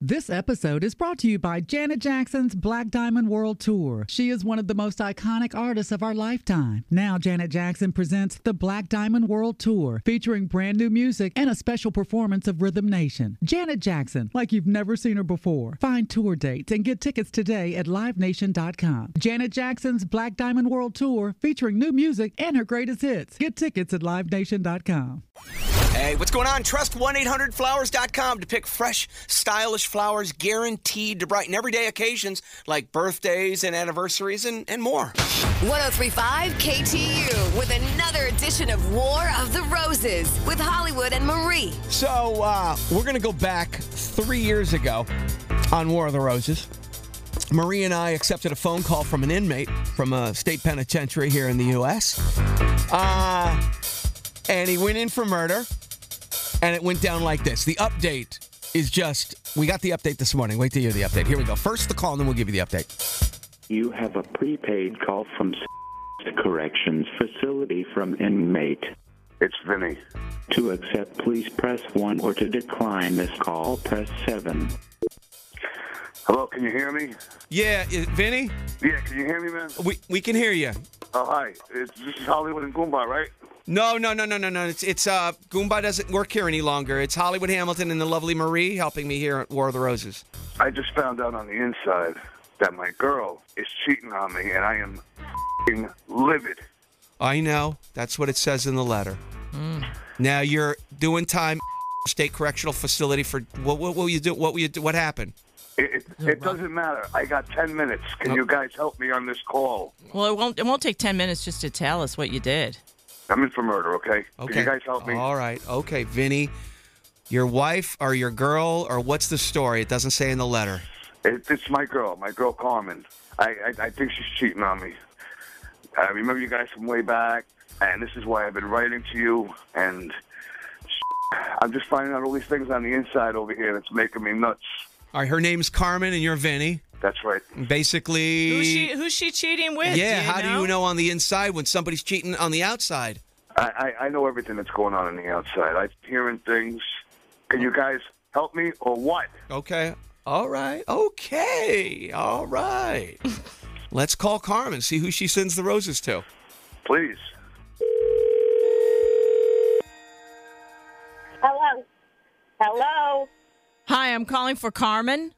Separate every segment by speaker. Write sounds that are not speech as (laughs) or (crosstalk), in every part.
Speaker 1: This episode is brought to you by Janet Jackson's Black Diamond World Tour. She is one of the most iconic artists of our lifetime. Now, Janet Jackson presents the Black Diamond World Tour, featuring brand new music and a special performance of Rhythm Nation. Janet Jackson, like you've never seen her before. Find tour dates and get tickets today at livenation.com. Janet Jackson's Black Diamond World Tour, featuring new music and her greatest hits. Get tickets at livenation.com.
Speaker 2: Hey, what's going on? Trust 1 800 flowers.com to pick fresh, stylish flowers guaranteed to brighten everyday occasions like birthdays and anniversaries and, and more.
Speaker 3: 1035 KTU with another edition of War of the Roses with Hollywood and Marie.
Speaker 2: So, uh, we're going to go back three years ago on War of the Roses. Marie and I accepted a phone call from an inmate from a state penitentiary here in the U.S. Uh, and he went in for murder, and it went down like this. The update is just we got the update this morning. Wait to hear the update. Here we go. First the call, and then we'll give you the update.
Speaker 4: You have a prepaid call from S- Corrections Facility from inmate.
Speaker 5: It's Vinny.
Speaker 4: To accept, please press 1 or to decline this call, press 7.
Speaker 5: Hello, can you hear me?
Speaker 2: Yeah, is, Vinny,
Speaker 5: Yeah, can you hear me, man?
Speaker 2: we we can hear you.
Speaker 5: Oh, hi. It's, this is Hollywood and Goomba, right?
Speaker 2: No, no, no, no, no, no. It's it's uh Goomba doesn't work here any longer. It's Hollywood Hamilton and the lovely Marie helping me here at War of the Roses.
Speaker 5: I just found out on the inside that my girl is cheating on me, and I am fing livid.
Speaker 2: I know. That's what it says in the letter.
Speaker 5: Hmm.
Speaker 2: Now you're doing time state correctional facility for what what will you do what will you do what happened?
Speaker 5: It, it, it doesn't matter. I got 10 minutes. Can you guys help me on this call?
Speaker 6: Well, it won't. It won't take ten minutes just to tell us what you did.
Speaker 5: I'm in for murder, okay?
Speaker 2: Okay.
Speaker 5: Can you guys help me?
Speaker 2: All right. Okay, Vinny. Your wife or your girl or what's the story? It doesn't say in the letter.
Speaker 5: It, it's my girl, my girl Carmen. I, I, I think she's cheating on me. I remember you guys from way back, and this is why I've been writing to you. And (laughs) I'm just finding out all these things on the inside over here that's making me nuts.
Speaker 2: All right, her name's Carmen and you're Vinny.
Speaker 5: That's right.
Speaker 2: Basically
Speaker 6: Who's she? Who's she cheating with?
Speaker 2: Yeah, how do you know on the inside when somebody's cheating on the outside?
Speaker 5: I, I, I know everything that's going on on the outside. I'm hearing things. Can you guys help me or what?
Speaker 2: Okay. All right. Okay. All right. Let's call Carmen, see who she sends the roses to.
Speaker 5: Please.
Speaker 7: Hello. Hello.
Speaker 6: Hi, I'm calling for Carmen.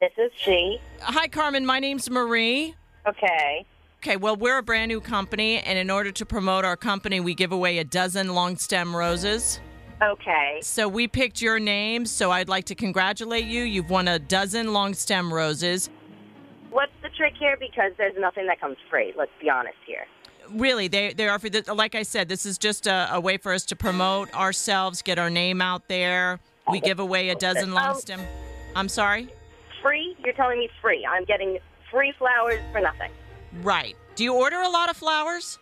Speaker 7: This is she.
Speaker 6: Hi, Carmen. My name's Marie.
Speaker 7: Okay.
Speaker 6: Okay, well, we're a brand new company, and in order to promote our company, we give away a dozen long stem roses.
Speaker 7: Okay.
Speaker 6: So we picked your name, so I'd like to congratulate you. You've won a dozen long stem roses.
Speaker 7: What's the trick here? Because there's nothing that comes free. Let's be honest here.
Speaker 6: Really, they they are for the, like I said, this is just a, a way for us to promote ourselves, get our name out there. We give away a dozen long
Speaker 7: Um,
Speaker 6: stem. I'm sorry.
Speaker 7: Free? You're telling me free. I'm getting free flowers for nothing. (laughs)
Speaker 6: Right. Do you order a lot of flowers?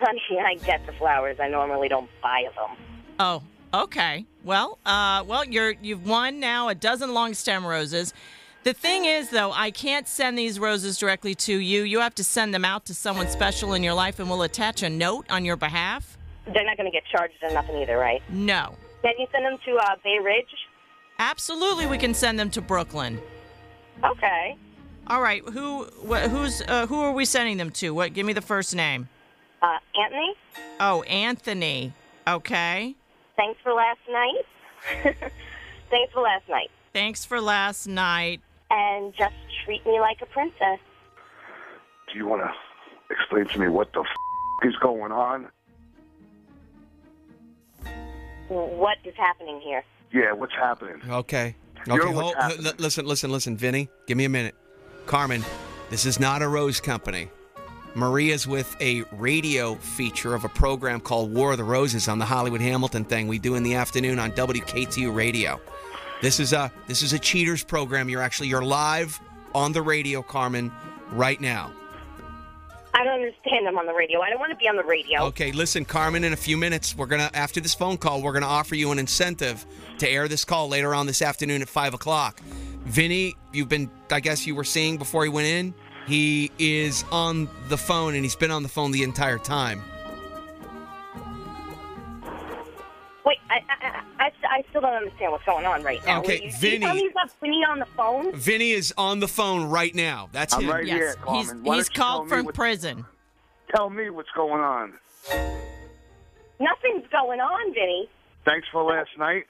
Speaker 7: Honey, I get the flowers. I normally don't buy them.
Speaker 6: Oh, okay. Well, uh, well, you're you've won now a dozen long stem roses. The thing is, though, I can't send these roses directly to you. You have to send them out to someone special in your life, and we'll attach a note on your behalf.
Speaker 7: They're not going to get charged or nothing either, right?
Speaker 6: No,
Speaker 7: Can you send them to uh, Bay Ridge?
Speaker 6: absolutely, we can send them to Brooklyn.
Speaker 7: Okay.
Speaker 6: All right, who wh- who's uh, who are we sending them to? What? Give me the first name.
Speaker 7: Uh, Anthony,
Speaker 6: Oh, Anthony. Okay.
Speaker 7: thanks for last night. (laughs) thanks for last night.
Speaker 6: Thanks for last night.
Speaker 7: And just treat me like a princess.
Speaker 5: Do you want to explain to me what the (laughs) f- is going on?
Speaker 7: What is happening here?
Speaker 5: Yeah, what's happening?
Speaker 2: Okay. Okay.
Speaker 5: You're what's
Speaker 2: hold-
Speaker 5: happening.
Speaker 2: l- listen, listen, listen, Vinny. Give me a minute. Carmen, this is not a rose company. Maria's with a radio feature of a program called War of the Roses on the Hollywood Hamilton thing we do in the afternoon on WKTU radio. This is a this is a cheaters program. You're actually you're live on the radio, Carmen, right now.
Speaker 7: I don't understand. I'm on the radio. I don't want to be on the radio.
Speaker 2: Okay, listen, Carmen, in a few minutes, we're going to, after this phone call, we're going to offer you an incentive to air this call later on this afternoon at 5 o'clock. Vinny, you've been, I guess you were seeing before he went in, he is on the phone and he's been on the phone the entire time.
Speaker 7: Wait, I, I, I, I- I still don't understand what's going on right now.
Speaker 2: Okay,
Speaker 7: Will you,
Speaker 2: Vinny.
Speaker 7: You tell me you got Vinny on the phone.
Speaker 2: Vinny is on the phone right now. That's
Speaker 5: I'm
Speaker 2: him.
Speaker 5: right here,
Speaker 6: Yes,
Speaker 5: Carmen.
Speaker 6: he's,
Speaker 5: Why
Speaker 6: he's
Speaker 5: don't you tell
Speaker 6: called
Speaker 5: me
Speaker 6: from
Speaker 5: what-
Speaker 6: prison.
Speaker 5: Tell me what's going on.
Speaker 7: Nothing's going on, Vinny.
Speaker 5: Thanks for last night.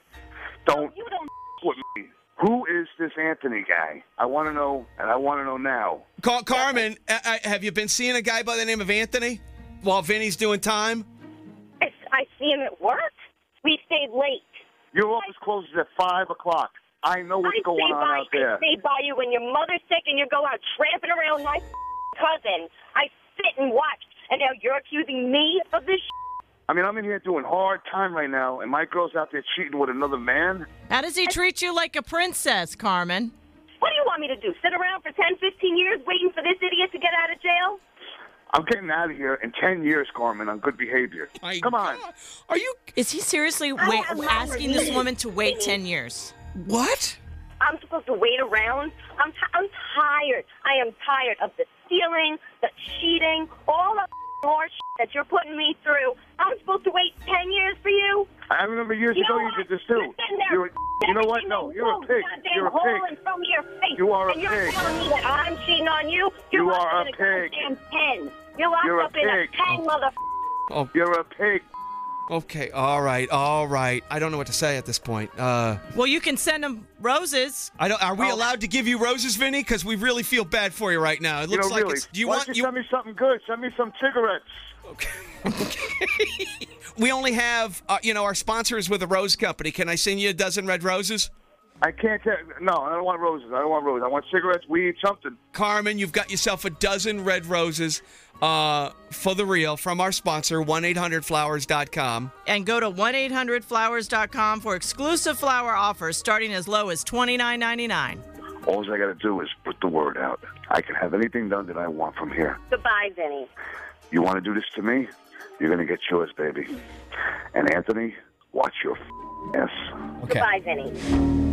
Speaker 5: Don't
Speaker 7: You don't.
Speaker 5: with me. Who is this Anthony guy? I want to know, and I want to know now.
Speaker 2: Call Carmen. I, I, have you been seeing a guy by the name of Anthony while Vinny's doing time?
Speaker 7: I, I see him at work. We stayed late.
Speaker 5: Your office closes at five o'clock. I know Oh, what's
Speaker 7: I
Speaker 5: going
Speaker 7: stay
Speaker 5: on
Speaker 7: by.
Speaker 5: out there.
Speaker 7: I stay by you when your mother's sick and you go out tramping around my cousin. I sit and watch, and now you're accusing me of this.
Speaker 5: I mean, I'm in here doing hard time right now, and my girl's out there cheating with another man.
Speaker 6: How does he treat you like a princess, Carmen?
Speaker 7: What do you want me to do? Sit around for 10, 15 years waiting for this idiot to get out of jail?
Speaker 5: I'm getting out of here in ten years, Carmen, on good behavior.
Speaker 2: My
Speaker 5: Come on.
Speaker 2: God. Are you
Speaker 6: Is he seriously
Speaker 7: I
Speaker 6: wait,
Speaker 7: have no
Speaker 6: asking this
Speaker 7: idea.
Speaker 6: woman to wait 10 years?
Speaker 2: what?
Speaker 7: I'm supposed to wait around? I'm, t- I'm tired. I am tired of the stealing, the cheating, all the (laughs) horse that you're putting me through. I'm supposed to wait 10 years for you?
Speaker 5: I remember years
Speaker 7: You
Speaker 5: ago
Speaker 7: know
Speaker 5: you did
Speaker 7: what?
Speaker 5: this too.
Speaker 7: You're sitting there
Speaker 5: You're a, you know what?
Speaker 7: everything
Speaker 5: No,
Speaker 7: that
Speaker 5: you're a
Speaker 7: goes
Speaker 5: pig.
Speaker 7: goddamn
Speaker 5: You're a
Speaker 7: hole
Speaker 5: pig.
Speaker 7: in front of your face.
Speaker 5: You are a
Speaker 7: and you're
Speaker 5: pig.
Speaker 7: telling me that I'm cheating on you? You're
Speaker 5: You
Speaker 7: locked
Speaker 5: are
Speaker 7: up
Speaker 5: a
Speaker 7: in a goddamn pen. You're locked
Speaker 5: You're a
Speaker 7: up in a
Speaker 5: pig.
Speaker 7: pen, mother.
Speaker 2: Oh,
Speaker 5: You're a pig.
Speaker 2: okay. All right. All right. I don't know what to say at this point. Uh,
Speaker 6: Well, you can send him roses.
Speaker 2: I don't. Are we
Speaker 5: Oh.
Speaker 2: allowed to give you roses, Vinny? Because we really feel bad for you right now. It
Speaker 5: You
Speaker 2: looks
Speaker 5: know,
Speaker 2: like
Speaker 5: really.
Speaker 2: it's. Do you
Speaker 5: Why
Speaker 2: want
Speaker 5: don't you
Speaker 2: you?
Speaker 5: send me something good? Send me some cigarettes.
Speaker 2: we only have. Uh, you know, our sponsor is with a rose company. Can I send you a dozen red roses?
Speaker 5: I can't tell. No, I don't want roses. I don't want roses. I want cigarettes, weed, something.
Speaker 2: Carmen, you've got yourself a dozen red roses uh, for the real from our sponsor, 1 800flowers.com.
Speaker 6: and go to 1-800-Flowers.com for exclusive flower offers starting as low as $29.99.
Speaker 5: All I got to do is put the word out. I can have anything done that I want from here.
Speaker 7: Goodbye, Vinny.
Speaker 5: You want to do this to me? You're going to get yours, baby. And Anthony, watch your f- ass.
Speaker 2: Okay.
Speaker 7: Goodbye, Vinny.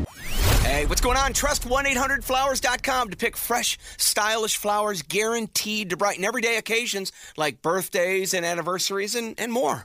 Speaker 2: Hey, what's going on? Trust 1 800flowers.com to pick fresh, stylish flowers guaranteed to brighten everyday occasions like birthdays and anniversaries and, and more.